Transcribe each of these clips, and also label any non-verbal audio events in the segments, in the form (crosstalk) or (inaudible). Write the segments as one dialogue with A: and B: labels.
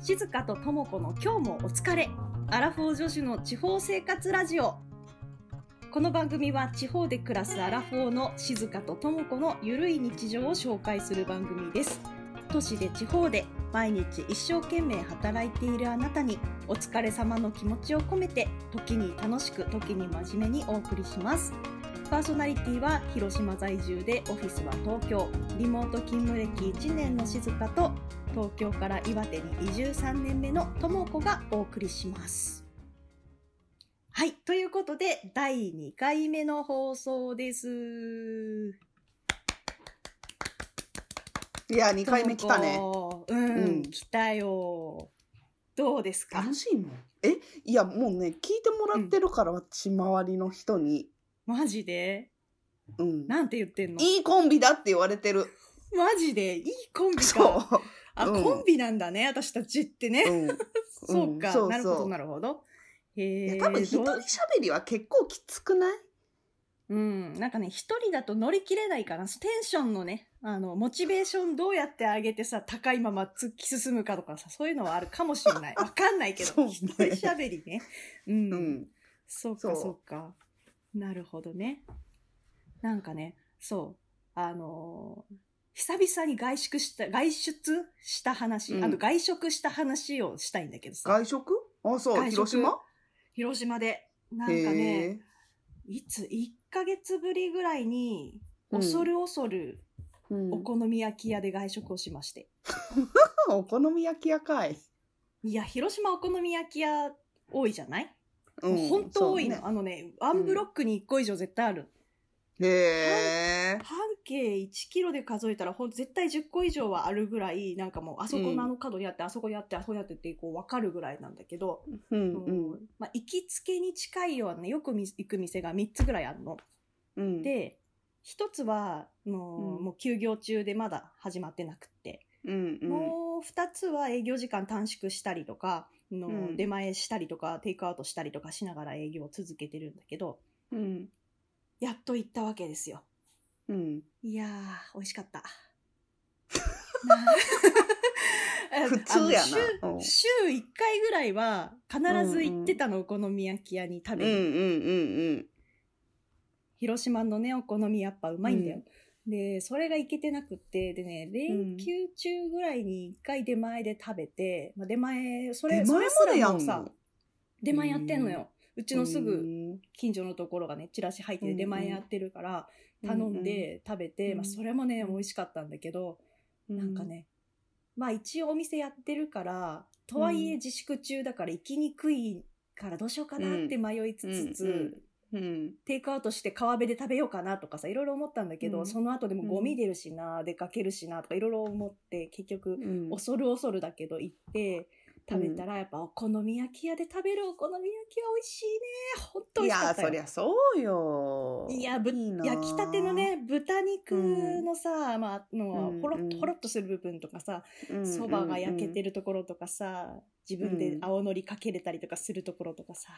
A: 静香と智子の今日もお疲れアラフォー女子の地方生活ラジオこの番組は地方で暮らすアラフォーの静香と智子のゆるい日常を紹介する番組です都市で地方で毎日一生懸命働いているあなたにお疲れ様の気持ちを込めて時に楽しく時に真面目にお送りしますパーソナリティは広島在住でオフィスは東京リモート勤務歴1年の静香と東京から岩手に移住3年目のともこがお送りします。はい。ということで、第2回目の放送です。
B: いや、2回目来たね。
A: ともこ。うん、
B: うん
A: 来たよ。どうですか
B: 楽しいもん。えいや、もうね、聞いてもらってるから、私、周りの人に。
A: マジで
B: うん。
A: なんて言ってんの
B: いいコンビだって言われてる。
A: マジでいいコンビか。
B: そ
A: あ、
B: うん
A: コンビなんだね、私たちってね
B: う。。うん。
A: そうか、
B: そうそう
A: なるほど、なるほど。
B: い
A: へえ。
B: や、多分、一人
A: どう
B: 喋りは結構きつくない
A: うん、なんかね、一人だと乗り切れないから、テンションのね、あの、モチベーションどうやって上げてさ、高いまま突き進むかとかさ、そういうのはあるかもしれない。わかんないけ
B: (laughs) そ
A: ど、
B: うね
A: 一人喋りね。うん。
B: うん。
A: そう
B: そ
A: か、
B: う
A: そうか。なるほどね。なんかね、そう、あのー久々に外食した、外出した話、
B: うん
A: あの、外食した話をしたいんだけどさ、
B: 外食あ、そう、
A: 外食
B: 広島
A: 広島で、なんか
B: へ
A: ね、
B: え。
A: いつ、1ヶ月ぶりぐらいに、
B: うん
A: 恐る恐る
B: うん
A: お好み焼き屋で外食をしまして。
B: お好み焼き屋かい。
A: いや、広島お好み焼き屋多いじゃない、
B: うん
A: 本当多いの、
B: そうね
A: あのね、ワンブロックに1個以上絶対ある。
B: へえ。
A: 半径1キロで数えたら、ほん絶対10個以上はあるぐらい、なんかもう、あそこ
B: うん
A: のあの角にあって、あそこにあって、あそこにあってって、こう、わかるぐらいなんだけど、
B: うん
A: もうまあ、行きつけに近いようなね、よくみ行く店が3つぐらいあるの。
B: うん。、
A: で、一つは、あのー
B: うん
A: もう休業中でまだ始まってなくって、
B: うんうん。
A: もう二つは営業時間短縮したりとか、の
B: うん
A: 出前したりとか、テイクアウトしたりとかしながら営業を続けてるんだけど、
B: うん。
A: やっと行ったわけですよ。
B: うん。
A: いやー、美味しかった。 (laughs)
B: 普通やな
A: あ
B: う
A: の
B: ん
A: 週週1回ぐらいは必ず行ってたの、お好み焼き屋に食
B: うんう
A: べ
B: ん
A: に
B: うん
A: 広島のね、お好みやっぱうまいんだよ。で、それがいけてなくって、でね、連休中ぐらいに一回出前で食べて、まあ、出前、そ
B: うん。
A: れ、
B: 出前ま
A: それら
B: ですや
A: も
B: ん
A: さ
B: の。
A: 出前やってんのよ。うちのす
B: う
A: ぐ
B: ん
A: 近所のところがね、チラシ入って
B: う
A: て
B: ん
A: 出前やってるから、頼んで食べて、
B: うん
A: まあ、それもね、美味しかったんだけど、
B: うう、
A: なんかね、まあ一応お店やってるから、とはいえ
B: うん
A: 自粛中だから行きにくいからどうしようかなって迷いつつつ、
B: うんうん、うん
A: テイクアウトして川辺で食べようかなとかさ、いろいろ思ったんだけど、
B: うん
A: その後でもゴミ出るしな、出かけるしなとかいろいろ思って、結局、
B: うん
A: 恐る恐るだけど行って、食べたらやっぱお好み焼き屋で食べるお好み焼きは美味しいね。ほんと
B: い
A: 美味しか
B: や
A: ったよ
B: そりゃそうよ
A: いやぶ
B: な
A: 焼きたてのね、豚肉のさ、まあ、あ
B: う
A: の
B: ん
A: ほろっ
B: うん
A: と、ほろっとする部分とかさ、そ
B: そ
A: ばが焼けて
B: る、
A: るところとかさ、自分で青のりかけれたりとかするところとかさ、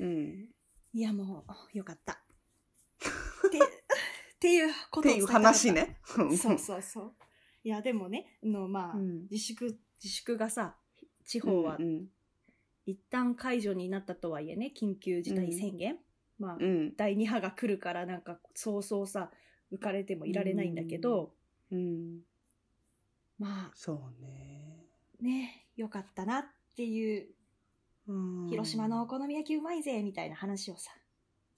B: うんうん
A: いやもう、よかった。って、っていうこ
B: っ
A: とを伝
B: てい
A: え
B: う
A: たかった
B: 話。ね
A: (laughs) そうそうそう。いや、でもね、あのまあ、
B: うん
A: 自粛、自粛がさ、地方は
B: うん
A: 一旦解除になったとはいえね、緊急事態宣言。まあ、
B: うん
A: 第2波が来るから、なんか、そうそうさ、浮かれてもいられないんだけど、
B: うん
A: ま
B: そうね
A: あ、ね、よかったなっていう
B: うん
A: 広島のお好み焼きうまいぜみたいな話をさ、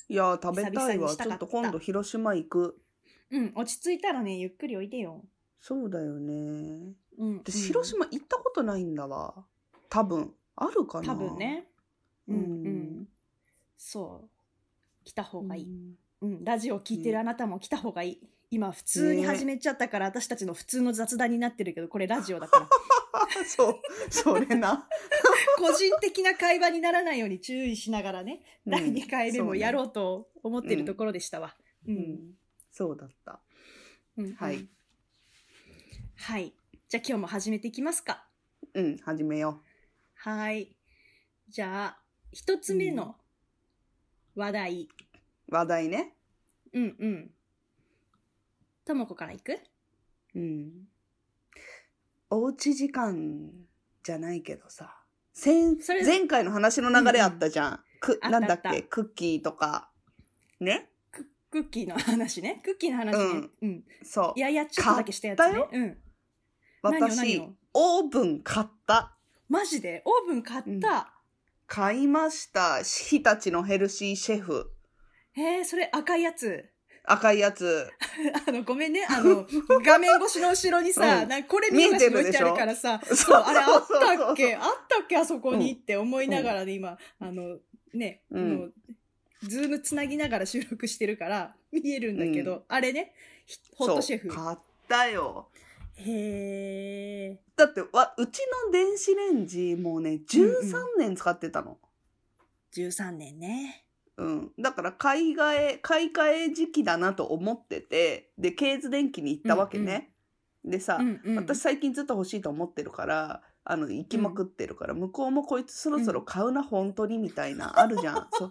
B: いや食べたいわ
A: 久々にした
B: ち
A: か
B: ょ
A: っ
B: ったと今度広島行く
A: うん、落ち着いたらねゆっくりおいでよ、
B: そうだよね
A: うん、
B: 私広島行ったことないんだわ多分あるか
A: うん
B: な
A: 多分ねう
B: うんん
A: うん、そう来た方がいい、
B: い
A: うんラジオ聞いてるあなたも来た方がいい、今普通に始めちゃったから、私たちの普通の雑談になってるけどこれラジオだから
B: (laughs)
A: (laughs)
B: そうそれな
A: 個人的な会話にならないように注意しながらね、
B: う
A: (laughs)
B: ん
A: 第2回目もやろ
B: う
A: うと思ってるところでしたわ。う
B: そ
A: ん
B: うねうんそうだった
A: うんうん
B: はい
A: はいじゃあ今日も始めていきますか。
B: うん始めよ
A: はい。じゃあ、一つ目の話題。
B: う話題ね
A: うんうん。ともこからいく
B: うん。おうち時間じゃないけどさ先
A: それ
B: 前回の話の流れあったじゃん、く
A: あった
B: なんだっ
A: あっ
B: けクッキーとかね
A: クッキーの話ね。クッキーの話ね。うん。
B: そう
A: いやいや、ちょっとだけしたやつ
B: 買った
A: ね
B: よ。
A: うん。何を何
B: 私
A: を
B: オーブン買った
A: マジでオーブン買った。
B: 買いました日立のヘルシーシェフ
A: へえ、それ赤いやつ。 (laughs)
B: 赤いやつ
A: あの、ごめんね。あ
B: (laughs)
A: の、画面越しの後ろにさ、
B: うん
A: なんかこれ見よがしに置いてあるからさ、
B: そ
A: (laughs)
B: う
A: そう、あれあ
B: そうそう
A: ったっけあったっけあそこにって思いながらね、今、あの、ね、
B: うん
A: もう、ズームつなぎながら収録してるから、 (laughs) 見えるんだけど、
B: う
A: あれね、ひホットシェフ
B: そう。買ったよ
A: へえ。
B: だってわうちの電子レンジもうね13年使ってたの、
A: 13年ね。
B: うん、だから買い替え買い替え時期だなと思っててでケーズ電機に行ったわけね、でさ、
A: うんうん、
B: 私最近ずっと欲しいと思ってるからあの行きまくってるから、向こうもこいつそろそろ買うな、本当にみたいなあるじゃん
A: (laughs)
B: そ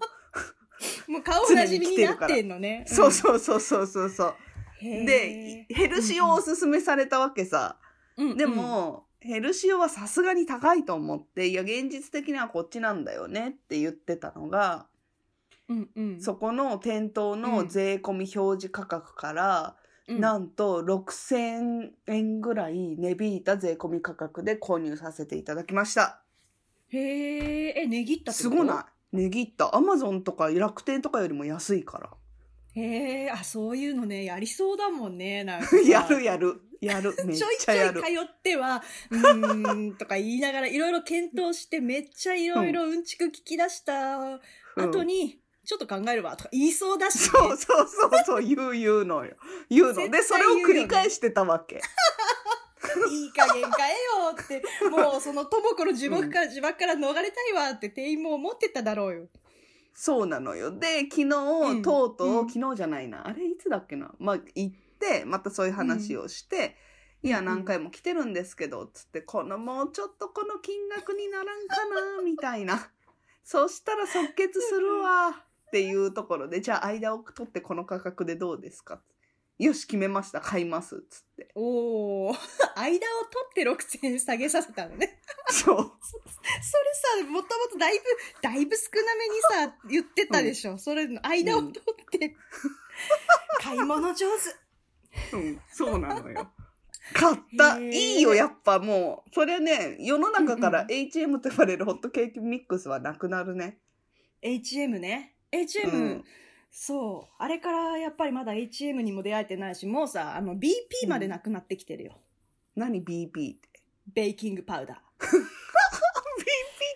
B: う
A: もう顔おなじみになってんのね。
B: そうそうそうそうそうそう
A: うん
B: で、ヘルシオをおすすめされたわけさ、
A: へー
B: で、も、ヘルシオはさすがに高いと思っていや現実的にはこっちなんだよねって言ってたのが
A: うんうん、
B: そこの店頭
A: う
B: の
A: ん
B: 税込み表示価格から、
A: うん
B: なんと6,000円ぐらい値引いた税込み価格で購入させていただきました。
A: へえ、え、値切ったって
B: す
A: こと
B: ごない値切った。アマゾンとか楽天とかよりも安いから。
A: (laughs) へえ、あ、そういうのね、やりそうだもんね、なんかさ。
B: (laughs) やるやる。やる。め
A: (laughs)
B: っ
A: ちょい
B: ち
A: ち
B: ゃ
A: ょい
B: や
A: 通
B: る。
A: っては、 (laughs) うーん、とか言いながら、いろいろ検討して、めっちゃいろいろうんちく聞き出した
B: うん
A: 後に、ちょっと考えるわ、とか言いそうだし、ね。
B: そうそうそうそう、言う言うのよ。言うの。で、
A: 絶
B: そ
A: 対
B: れ
A: 言うよね
B: を繰り返してたわけ。
A: いい加減変えようって、もうそのともこの呪縛から、呪縛から逃れたいわって店員も思ってただろうよ。
B: そうなのよ。で、昨日、
A: ん
B: とうとう、
A: うん
B: 昨日じゃないな。あれ、いつだっけな。まあ、行って、またそういう話をして、いや、
A: ん
B: 何回も来てるんですけど、つって、この、もうちょっとこの金額にならんかな、みたいな。そしたら即決するわ、っていうところで、じゃあ間を取ってこの価格でどうですかよし、決めました。買います。つって。
A: おお (laughs) 間を取って6000円下げさせたのね。 (laughs)
B: そ
A: そ
B: う。
A: れさ、もともとだいぶ、だいぶ少なめ (laughs) にさ、言ってたでしょ。それの間を取って、買い物上
B: うん、
A: (laughs)
B: そうなのよ。買った。
A: へー
B: いいよ、やっぱもう。それね、世の中か
A: う
B: ら
A: ん
B: HM と呼ばれるホットケーキミックスはなくなるね。
A: 手。HM ね。HM、
B: うん
A: そう。あれからやっぱりまだ HM にも出会えてないし、もうさ、あの BP までなくなってきてるよ。
B: 何 BB って。
A: ベーキングパウダー。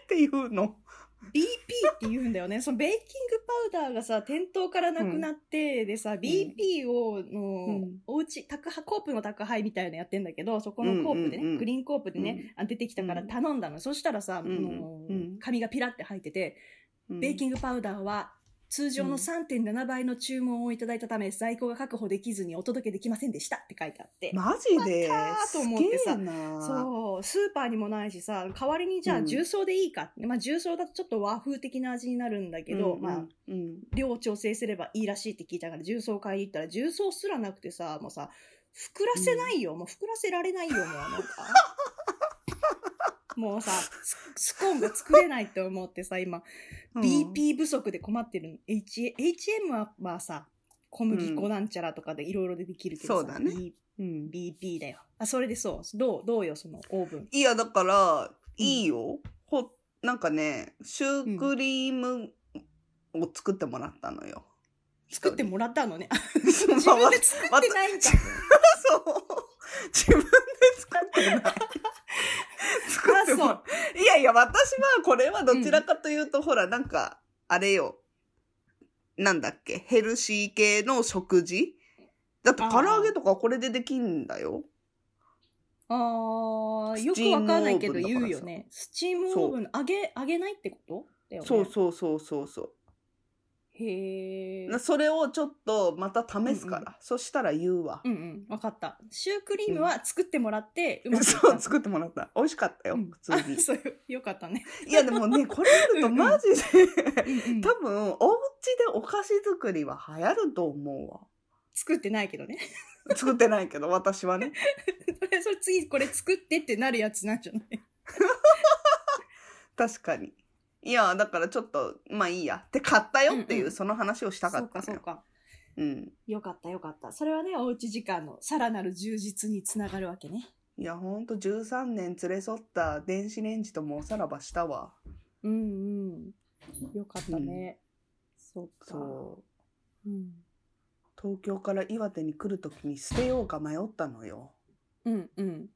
B: っていうの。
A: BP って言うんだよね。そのベーキングパウダーがさ、店頭からなくなって、でさ、BP を、の、
B: うん
A: おうち、宅配、コープの宅配みたいなのやってんだけど、そこのコープでね、
B: うんうんうん
A: グリーンコープでね、あ出てきたから頼んだの。そしたらさ、
B: うんうん
A: もう
B: うん
A: 紙がピラって入ってて、ベーキ
B: ン
A: ングパウダーは、通常
B: うん
A: の3.7倍の注文をいただいたため、在庫が確保できずにお届けできませんでしたって書いてあって。
B: マジで
A: またーと
B: す
A: 思っ
B: げ
A: てさ
B: えな。
A: そう、スーパーにもないしさ、代わりにじゃあ
B: うん
A: 重曹でいいかって、まあ重曹だとちょっと和風的な味になるんだけど、
B: うん
A: まあ、、
B: うん。
A: 量を調整すればいいらしいって聞いたから、重曹買いに行ったら、重曹すらなくてさ、もうさ、膨らせないよ。もう膨らせられないよ、もうなん
B: (laughs)
A: か。もうさ、ススコーンが作れないって思ってさ、今、
B: うん。
A: BP 不足で困ってるの。H、HM はまあさ、小麦粉なんちゃらとかでいろいろでできるけどさ、
B: そうだね
A: B-
B: うん。
A: BP だよ。あ、それでそう。どう、どうよ、そのオーブン。
B: いや、だから、いいよ。ほ、なんかね、シュークリームを作ってもらったのよ。
A: 作って
B: (laughs)
A: もらったのね。自
B: 自
A: 分で作ってないんか。
B: そう。自分で作ってない。作っても
A: あ
B: いやいや、私はこれはどちらかというと、ほら、なんか、あれよ。なんだっけ、ヘルシー系の食事だって
A: あー
B: 唐揚げとかこれでできんだよ。
A: ああ、よく
B: スチー
A: わ
B: ム
A: かんないけど
B: オーブンだから
A: 言うよね。スチームオーブン、揚げ、揚げないってことだよね。
B: そうそうそうそうそ
A: へえ。
B: う。それをちょっとまた試すから。
A: うん
B: そしたら言うわ。
A: うんうん、わかった。シュークリームは作ってもら
B: (laughs)
A: って、うまくいった
B: そう、作ってもらった。美味しかったよ、
A: うん
B: 普通に
A: あ。 (laughs) そうよ、よかった
B: (laughs)
A: ね。
B: いや、でもね、これやるとマジで、
A: うんうん
B: 多分、お家でお菓子作りは流行ると思うわ。
A: (laughs) 作ってないけどね。 (laughs)
B: 作ってないけど、私はね。 (laughs)
A: それ、それ次これ作ってってなるやつなんじゃない
B: 確かに。いや、だからちょっと、まあいいや。って買ったよっていう、
A: うんうん
B: その話をしたかったのよ。
A: そうかそうか。
B: うん。
A: よかったよかった。それはね、おうち時間のさらなる充実につながるわけね。
B: いや、ほんと13年連れ添った電子レンジともおさらばしたわ。
A: うんうん。よかったね。そうか。
B: そう。
A: うん。
B: 東京から岩手に来るときに捨てようか迷ったのよ。
A: うんうん。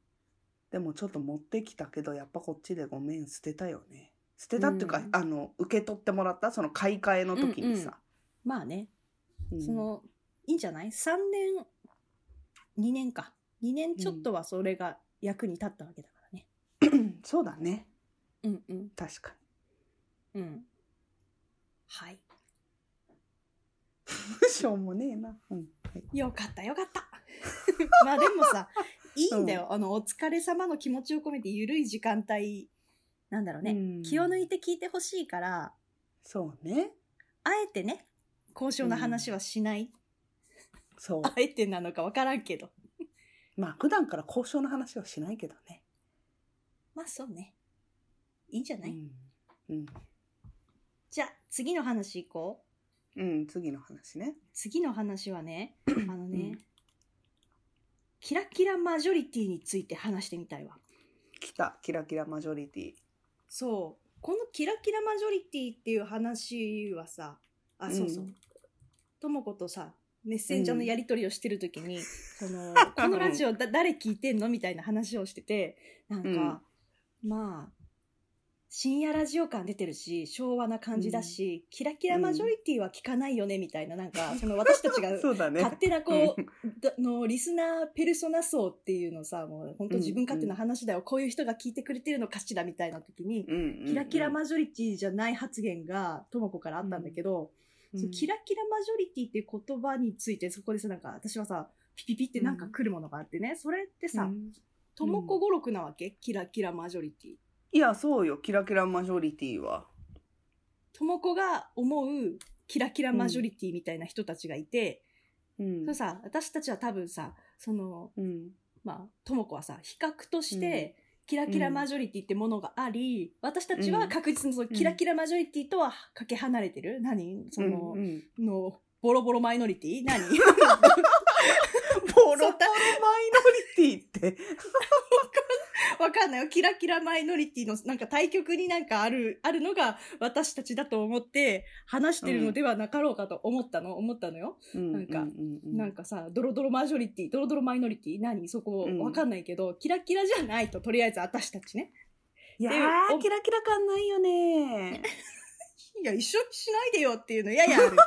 B: でもちょっと持ってきたけど、やっぱこっちでごめん、捨てたよね。捨てたっていうか、
A: うん
B: あの、受け取ってもらった、その買い替えの時にさ。
A: まあね、
B: うん
A: その、いいんじゃない ?3 年、2年か。2年ちょっとはそれが役に立ったわけだからね。
B: そうだね。
A: うんうん
B: 確か
A: うん。はい。
B: に。 (laughs) しょうもねえな。うん。はい
A: よかったよか (laughs) った。まあでもさ、いいんだよ。あの、お疲れ様の気持ちを込めてゆるい時間帯、なんだろうね。
B: うん
A: 気を抜いて聞いてほしいから、
B: そうね。
A: あえてね、交渉の話はしない。
B: そう。
A: あえてなのかわからんけど。
B: まあ、普段から交渉の話はしないけどね。
A: まあそうね。いいんじゃない、
B: うん。
A: じゃあ、次の話行こう。
B: うん。うん、次の話ね。
A: 次の話は (clears throat) ね、あのね、
B: うん
A: キラキラマジョリティについて話してみたいわ。
B: 来た、キラキラマジョリティ。
A: そう。このキラキラマジョリティっていう話はさ、あ、そうそう
B: う。ん
A: ともことさ、メッセンジャーのやり取りをしてるときに、その、 (laughs) このラジオだ誰聞いてんのみたいな話をしてて、なんか、まあ、深夜ラジオ感出てるし、昭和な感じだし、キラキラマジョリティは聞かないよね、みたいな、なんか、その私たち (laughs) が
B: そうだね。
A: 勝手なこう、だ (laughs) のリスナーペルソナ層っていうのさ、もう本当自分勝手な話だよ、こういう人が聞いてくれてるのかしらみたいな時に、
B: うん、うんうん
A: キラキラマジョリティじゃない発言がともこからあったんだけど、
B: うん
A: そのキラキラマジョリティっていう言葉についてそこでさ、なんか私はさ、ピピピってなんか来るものがあってね、それって
B: う
A: さ、
B: ん
A: ともこ語録なわけキラキラマジョリティ。
B: いや、そうよ。キラキラマジョリティは。
A: ともこが思うキラキラマジョリティみたいな人たちがいて、
B: うん
A: それさ、私たちは多分さ、その、
B: うん。
A: まあ、ともこはさ、比較として、キラキラマジョリティってものがあり、私たちは確実にそのキラキラマジョリティとはかけ離れてる、何その、
B: うんうん
A: の、ボロボロマイノリティ何
B: (laughs) ボロボロマイノリティって。
A: (laughs) わかんないよ。キラキラマイノリティのなんか対局になんかある、あるのが私たちだと思って話してるのではなかろうかと思ったの、思ったのよ。なんか
B: ううう
A: なんかさ、ドロドロマジョリティ、ドロドロマイノリティ何そこ
B: うん
A: わかんないけど、キラキラじゃないと、とりあえず私たちね。
B: いや
A: で
B: ー、
A: お
B: キラキラ感ない
A: (laughs)
B: よね。
A: いや、一緒にしないでよっていうのややあるけど。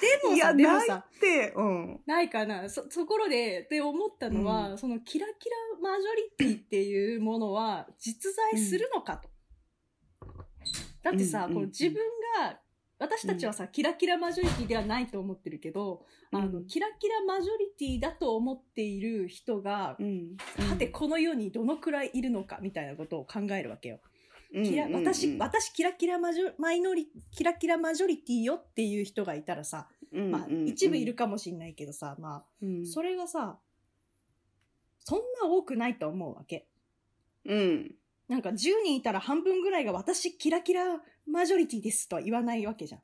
A: でも
B: (laughs) い
A: さ、
B: や、
A: でも
B: ない
A: さ、
B: って、うん。
A: ないかな。そ、ところで、って思ったのは、
B: う
A: そのキラキラマジョリティっていうものは実在するのかと。だってさ、
B: うんうん
A: こう自分が、私たちはさ、キラキラマジョリティではないと思ってるけど、あ
B: う
A: の、
B: ん
A: キラキラマジョリティだと思っている人が
B: う、ん。
A: はて、この世にどのくらいいるのかみたいなことを考えるわけよ。
B: うん、
A: キラ
B: うんうん
A: 私、私、キラキラマジョ、マイノリ、キラキラマジョリティよっていう人がいたらさ、まあ、一部いる、かもしれないけどさ、まあ、
B: うんうんうん
A: それがさ、そんな多くないと思うわけ。
B: うん。
A: なんか10人いたら半分ぐらいが私キラキラマジョリティですとは言わないわけじゃん。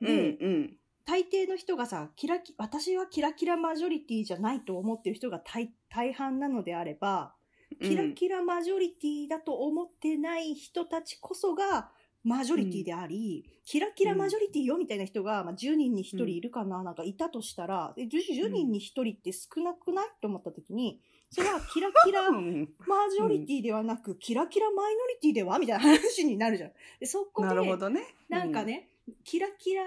B: うん。
A: で、
B: うん。
A: 大抵の人がさ、キラキ、私はキラキラマジョリティじゃないと思ってる人が大大半なのであれば、
B: うん
A: キラキラマジョリティだと思ってない人たちこそが、マジョリティであり、キラキラマジョリティよみたいな人が、まあ、10人に1人いるかな、なんかいたとしたら、え 10, 10人に1人って少なくないと思った時
B: (laughs)
A: に、それはキラキラ
B: う
A: マ
B: ん
A: ジョリティではなく、キラキラマイノリティではみたいな話になるじゃん。でそこで、
B: なるほどね。
A: なんかね、キラキラ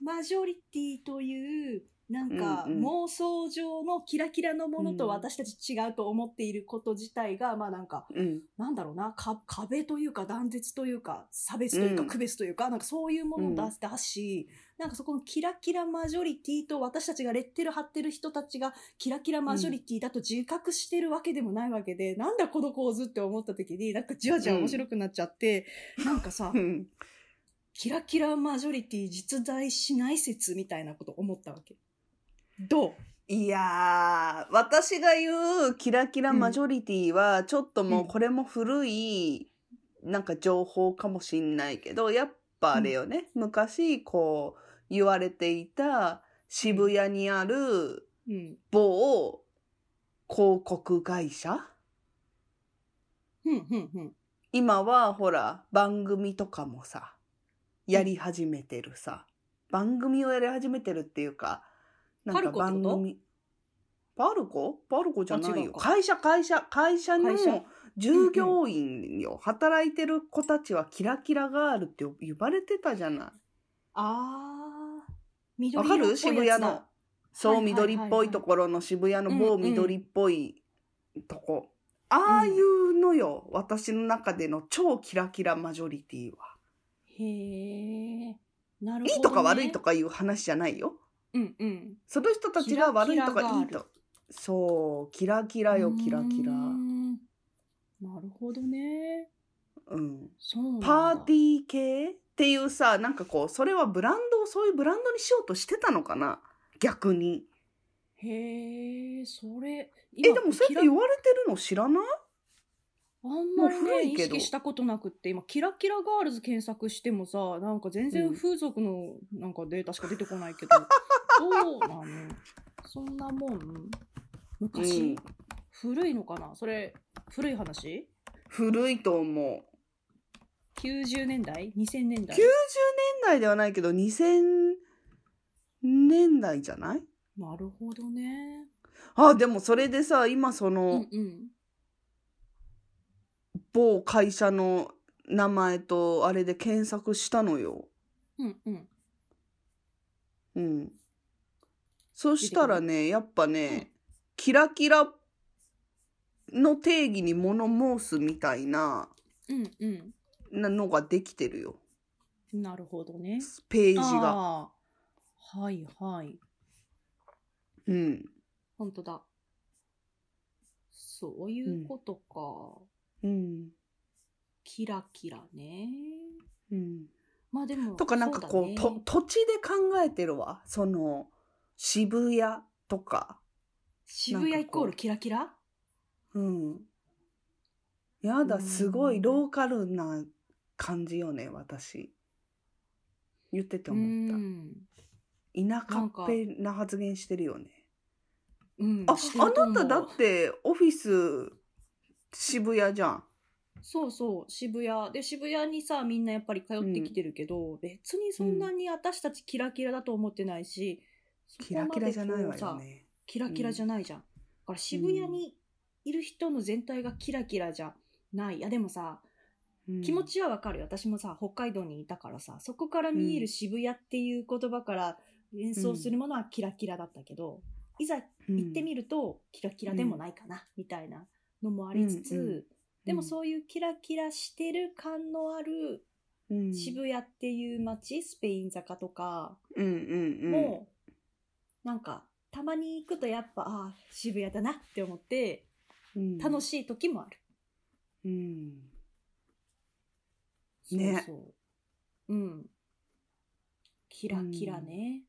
A: マジョリティという、なんか
B: うんうん
A: 妄想上のキラキラのもの
B: う
A: と
B: ん
A: 私たち違うと思っていること自体が、まあなんか、
B: うん。
A: なんだろうな、か壁というか断絶というか、差別というか
B: うん
A: 区別というか、なんかそういうものだ,、だし、なんかそこのキラキラマジョリティと私たちがレッテル貼ってる人たちがキラキラマジョリティだと自覚してるわけでもないわけで、なんだこの構図って思った時に、なんかじわじわ面白くなっちゃって、なんかさ
B: う、ん。
A: キラキラマジョリティ実在しない説みたいなこと思ったわけ。どう
B: いやー、私が言うキラキラマジョリティは、ちょっともうこれも古い、なんか情報かもしんないけど、やっぱあれよね、昔こう言われていた渋谷にある
A: うん。
B: 某広告会社
A: うん、うん、うん。
B: 今はほら番組とかもさやり始めてるさ、番組をやり始めてるっていうかなんか番組パルコパルコじゃな
A: あ
B: い
A: 違
B: よ
A: うか
B: 会社会社会社の
A: 会社
B: 従業員よ、働いてる子たちはキラキラガールって呼ばれてたじゃない
A: あー。緑
B: わ
A: 色
B: か
A: っぽい
B: る
A: やつだ
B: 渋谷の。そう、
A: はいはいはいはい
B: 緑っぽいところの渋谷の
A: うん
B: 某
A: うん
B: 緑っぽいとこ、ああいうのよ、私の中での超キラキラマジョリティは。
A: へえ。なるほど、ね。
B: いいとか悪いと。かいう話じゃないよ。
A: うん、うん。
B: その人たちが悪いとか
A: キラ
B: いい
A: キラガー
B: と。そう、キラキラよ、キラキラ。
A: うー
B: うん
A: なるほどね。
B: ん。
A: そうなんだ。
B: パーテ
A: ィー。
B: ィー系っていうさ、なんかこう、それはブランドをそういうブランドにしようとしてたのかな逆に。
A: へえ、それ。
B: え、
A: 今
B: でもそれって言われてるの知らない
A: あんまり
B: もう古
A: ね、
B: い
A: 意
B: けど
A: 識したことなくって、今、キラキラガールズ検索してもさ、なんか全然
B: うん
A: 風俗のなんかデータしか出てこ
B: (laughs)
A: ないけど、どうなのそんなもん昔、
B: うん
A: 古いのかなそれ、古い話
B: 古いと思う。
A: ?90 年代 ?2000 年代
B: 90年代ではないけど、2000年代じゃない
A: なるほどね。
B: あ、でもそれでさ、今その、
A: うんうん。
B: 某会社の名前とあれで検索したのよ。
A: うんうん。
B: うん。そしたらね、やっぱね、キラキラの定義に物申すみたいな
A: うんう
B: なのができてるよ。
A: ん。なるほどね。
B: ページが。
A: ああ。はいはい。
B: うん。
A: 本当だ。そういうことか。
B: うん。
A: キラキラね。
B: うん。
A: まあでも。
B: とかなんかこう
A: そうだね
B: と、土地で考えてるわ。その、渋谷とか。
A: 渋谷イコー
B: なんかこう
A: ルキラキラ
B: うん。やだ、
A: うん
B: すごいローカルな感じよね、私。言ってて
A: う
B: 思った。
A: ん。
B: 田舎っぺな発言してるよね。
A: うん。
B: あ
A: して、ると
B: あ
A: 思
B: な
A: う
B: ただってオフィス渋谷じゃん。
A: そうそう、渋谷。で、渋谷にさ、みんなやっぱり通ってきてるけど、別にそんなに私たちキラキラだと思ってないし、そ
B: キ
A: こまで
B: ラキラじゃないわ
A: こう
B: よ
A: さ
B: ね。
A: キラキラじゃないじゃん。だから渋谷にいる人の全体がキラキラじゃない。いやでもさ、
B: うん
A: 気持。ちはわかるよ。私もさ、北海道にいたからさ、そこから見える渋谷っていう言葉から連想するものはキラキラだったけど、いざ
B: うん
A: 行ってみるとキラキラでもないかな、みたいなのもありつつ、
B: うんう
A: でもそういうキラキラしてる感のある
B: うん
A: 渋谷っていう街、スペイン坂とか、
B: うんうんうん。
A: もう、なんか、たまに行くとやっぱ、ああ、渋谷だなって思って、
B: うん
A: 楽しい時もある。
B: うん。ね
A: そうそう。うん。キラキラね。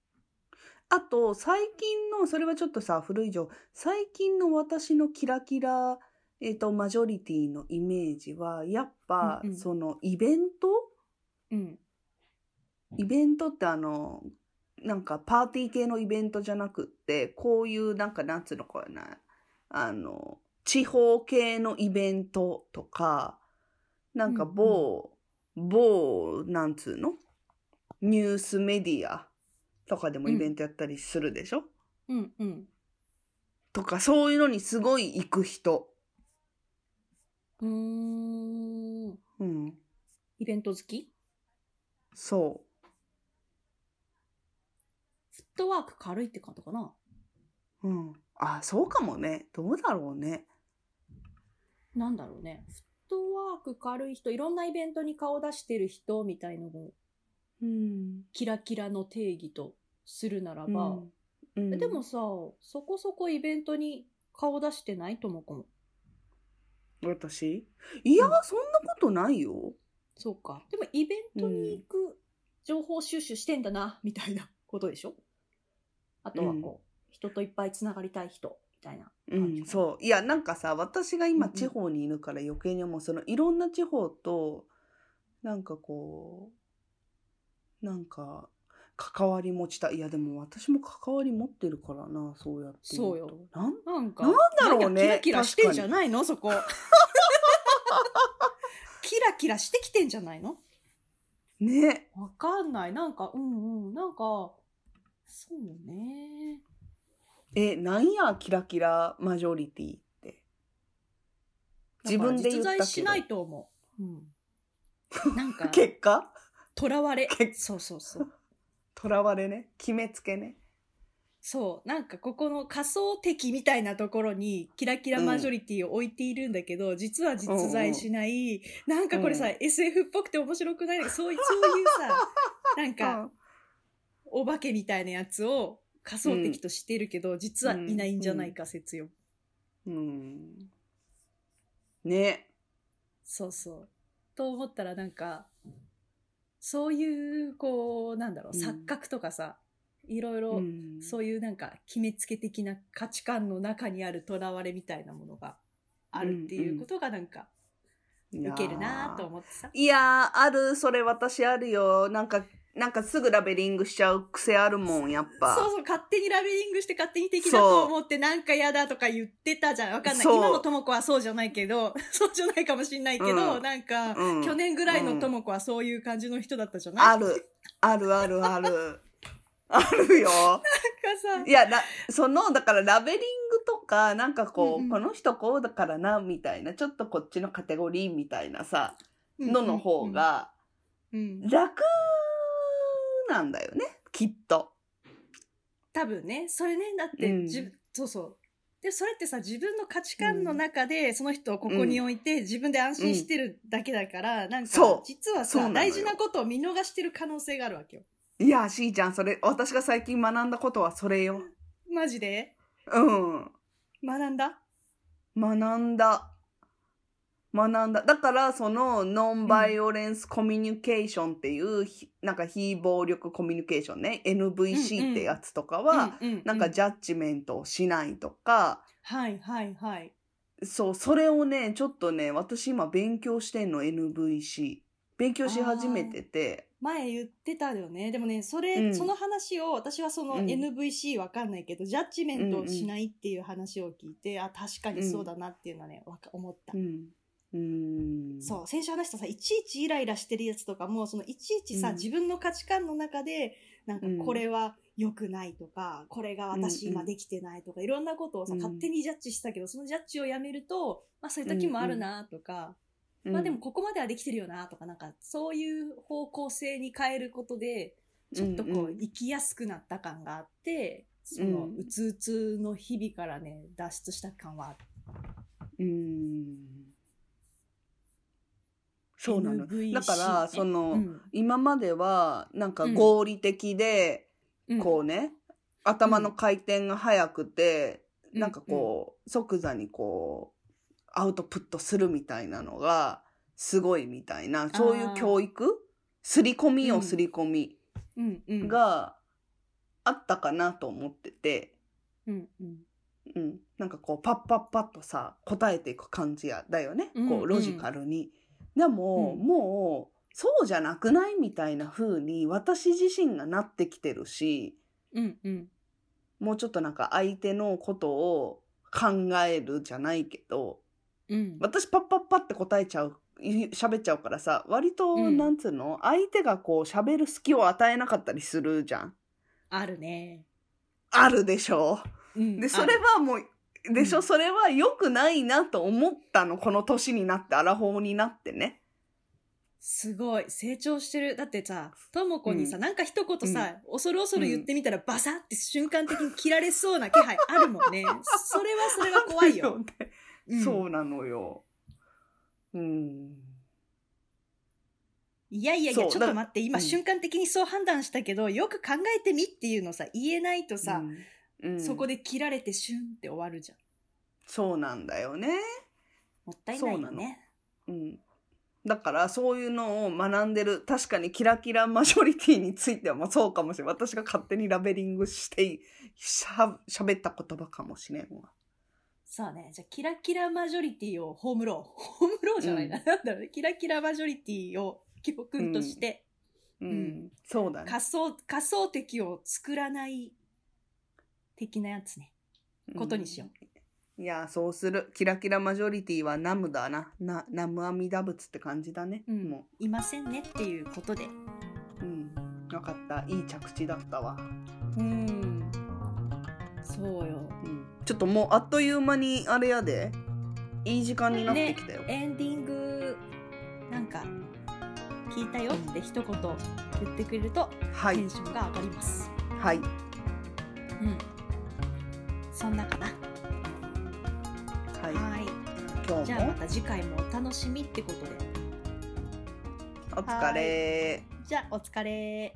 B: あと、最近の、それはちょっとさ、古い情報、最近の私のキラキラ、えっ、と、マジョリティのイメージは、やっぱ、
A: うんうん
B: その、イベント
A: うん。
B: イベントってあの、なんかパーティー系のイベントじゃなくって、こういうなんかなんつうのかな、あの、地方系のイベントとか、なんか某、某、なんつうのニュースメディアとかでもイベントやったりするでしょ、
A: うんうん。
B: とか、そういうのにすごい行く人。
A: うーん。
B: うん。
A: イベント好き
B: そ
A: フットワーク軽いってことかな
B: う。うん。あ、そうかもね。どうだろうね。
A: なんだろうね。フットワーク軽い人、いろんなイベントに顔出してる人みたいのも、
B: うん。
A: キラキラの定義とするならば、
B: まあ、うん
A: えでもさ、そこそこイベントに顔出してないともこも。
B: 私いや、
A: うん
B: そんなことないよ。
A: そうか。でもイベントに行く情報収集してんだな、みたいなことでしょあとはこう、人といっぱいつながりたい人みたいな。
B: う
A: 感じ
B: ん、そういやなんかさ私が今
A: うんうん
B: 地方にいるから余計に思うそのいろんな地方となんかこうなんか関わり持ちたいいやでも私も関わり持ってるからなそうやって言と
A: そうよ
B: なん
A: なんか、
B: なんだろうね
A: キラキラしてんじゃないのそこ。
B: (laughs)
A: キラキラしてきてんじゃないの
B: ね
A: わかんない。なんか、うんうん。なんか、そうね。
B: えなんやキラキラマジョリティって自分で言った
A: だから実
B: け
A: 在
B: ど
A: しないと思う。うん。なん
B: (laughs)
A: か、
B: 結果
A: とらわれ
B: け。
A: そうそうそう。
B: とらわれね決めつけね
A: そう。なんか、ここの仮想敵みたいなところに、キラキラマジョリティを置いているんだけど、実は実在しない、なんかこれさ、
B: う
A: SF っぽくて面白くないそういう、そういう (laughs) さ、なんか、お化けみたいなやつを仮想敵としてるけど、実はいないんじゃないか説よ。
B: うん、うん、ね
A: そうそう。と思ったらなんか、そういう、こう、なんだろう、
B: うん
A: 錯覚とかさ、いろいろ、
B: うん
A: そういうなんか決めつけ的な価値観の中にあるとらわれみたいなものがあるっていうことがなんか、
B: い
A: ウ
B: やー
A: ケるなぁと思ってさ。
B: いやーあるそれ私あるよなんかなんかすぐラベリングしちゃう癖あるもんやっぱ
A: そうそう、勝手にラベリングして勝手に敵だと思ってなんか嫌だとか言ってたじゃん。わかんない。
B: そう
A: 今のとも子はそうじゃないけど、 (laughs) そうじゃないかもしんないけど、
B: うん
A: なんか、
B: うん
A: 去年ぐらいのとも子はそういう感じの人だったじゃない、
B: あるあるあるある (laughs) あるよ
A: なんか
B: いやなそのだからラベリングとかなんかこう、
A: うんうん
B: この人こうだからなみたいなちょっとこっちのカテゴリーみたいなさ
A: さ、
B: のの方が
A: うん。うんうん
B: 楽なんだよねきっと。
A: 多分ね、それね、だって、
B: うん
A: じゅそうそう。で、それってさ、自分の価値観の中で、その人をここに置いて、自分で安心してるだけだから、なんか
B: そ、う
A: 実は
B: そ
A: さ、
B: うなのよ
A: 大事なことを見逃してる可能性があるわけよ。
B: いやしーちゃんそれ私が最近学んだことはそれよ。
A: マジで
B: うん
A: 学んだ
B: 学んだ学んだだからそのノンバイオレンスコミュニケーションっていう、ひなんか非暴力コミュニケーションね
A: うんうん
B: NVC ってやつとかは、
A: うんうう
B: なんかジャッジメントをしないとか、
A: はいはいはい。
B: そうそれをねちょっとね私今勉強してんの NVC 勉強し始めてて
A: 前言ってたよね。でもね、それ、
B: うん
A: その話を、私はその
B: うん
A: NVC わかんないけど、ジャッジメントをしないっていう話を聞いて、あ、確かにそうだなっていうのはね、わか思った。
B: うんうん
A: そう、先週話したさ、いちいちイライラしてるやつとかも、そのいちいちさ、
B: うん
A: 自分の価値観の中で、なんか
B: うん
A: これは良くないとか、これが私
B: うんうん
A: 今できてないとか、いろんなことをさ、
B: うん
A: 勝手にジャッジしたけど、そのジャッジをやめると、まあそういう時もあるなとか、
B: う
A: まあでもここまではできてるよなとか、なんかそういう方向性に変えることで、ちょっとこ
B: うんう
A: うん生きやすくなった感があって、その
B: うん
A: うつうつの日々からね、脱出した感はある。
B: うんそうなの
A: NVC
B: だからその、
A: うん
B: 今まではなんか
A: うん
B: 合理的で、
A: うん
B: こうね頭の回転が速くて、
A: うん
B: なんかこう即座にこうアウトプットするみたいなのがすごいみたいなそういう教育すり込み
A: う
B: よ
A: ん
B: すり込み
A: うんうん、
B: があったかなと思ってて、
A: うんうん、
B: うん、なんかこうパッパッパッとさ答えていく感じやだよね、
A: うん
B: こ
A: うん
B: うロジカルに。でも、
A: うん
B: もうそうじゃなくないみたいな風に私自身がなってきてるし
A: うんうん
B: もうちょっとなんか相手のことを考えるじゃないけど
A: うん
B: 私パッパッパって答えちゃうい喋っちゃうからさ割と、
A: うん
B: なんつうの相手がこう喋る隙を与えなかったりするじゃん。
A: あるね。
B: あるでしょ
A: うん
B: で、それはもう、でしょ、
A: うん
B: それは良くないなと思ったの、この年になって、アラフォーになってね。
A: すごい、成長してる。だってさ、ともこにさ、
B: う
A: なんか一言さ、恐る恐る言ってみたら、バサって瞬間的に切られそうな気配あるもんね。それはそれは怖い
B: (laughs)
A: よ。
B: だね。
A: ん
B: そうなのよ。うん。
A: いやいやいや、
B: そう
A: ちょっと待って、今
B: うん
A: 瞬間的にそう判断したけど、よく考えてみっていうのさ、言えないとさ、
B: うん、うん
A: そこで切られてシュンって終わるじゃん。
B: そうなんだよね。
A: もったいないよ
B: そうなの
A: ね。
B: うん。だからそういうのを学んでる確かにキラキラマジョリティについてはまあそうかもしれない私が勝手にラベリングしていしゃ喋った言葉かもしれんわ
A: そうね。じゃあ、キラキラマジョリティをホームロー。 (laughs) ホームローじゃないな。なんだろうね。キラキラマジョリティを教訓として、
B: うん、
A: うん
B: そうだね
A: 仮想、仮想敵を作らない的なやつね。ことにしよ
B: うん、いやそうするキラキラマジョリティはナムだななナムアミダ仏って感じだね、
A: うん
B: も
A: いませんねっていうことで。
B: う、うん、分かったいい着地だったわ
A: うん。そうよ。
B: ちょっともうあっという間にあれやでいい時間になってきたよ、
A: エンディング、なんか、聞いたよって一言言ってくれると、
B: は
A: テ
B: い
A: ンションが上がります。
B: はい
A: うん。そんなかな。
B: はい
A: はい。
B: 今日
A: じゃあま
B: も
A: た次回もお楽しみってことで。
B: お疲れ
A: じゃあお疲れ。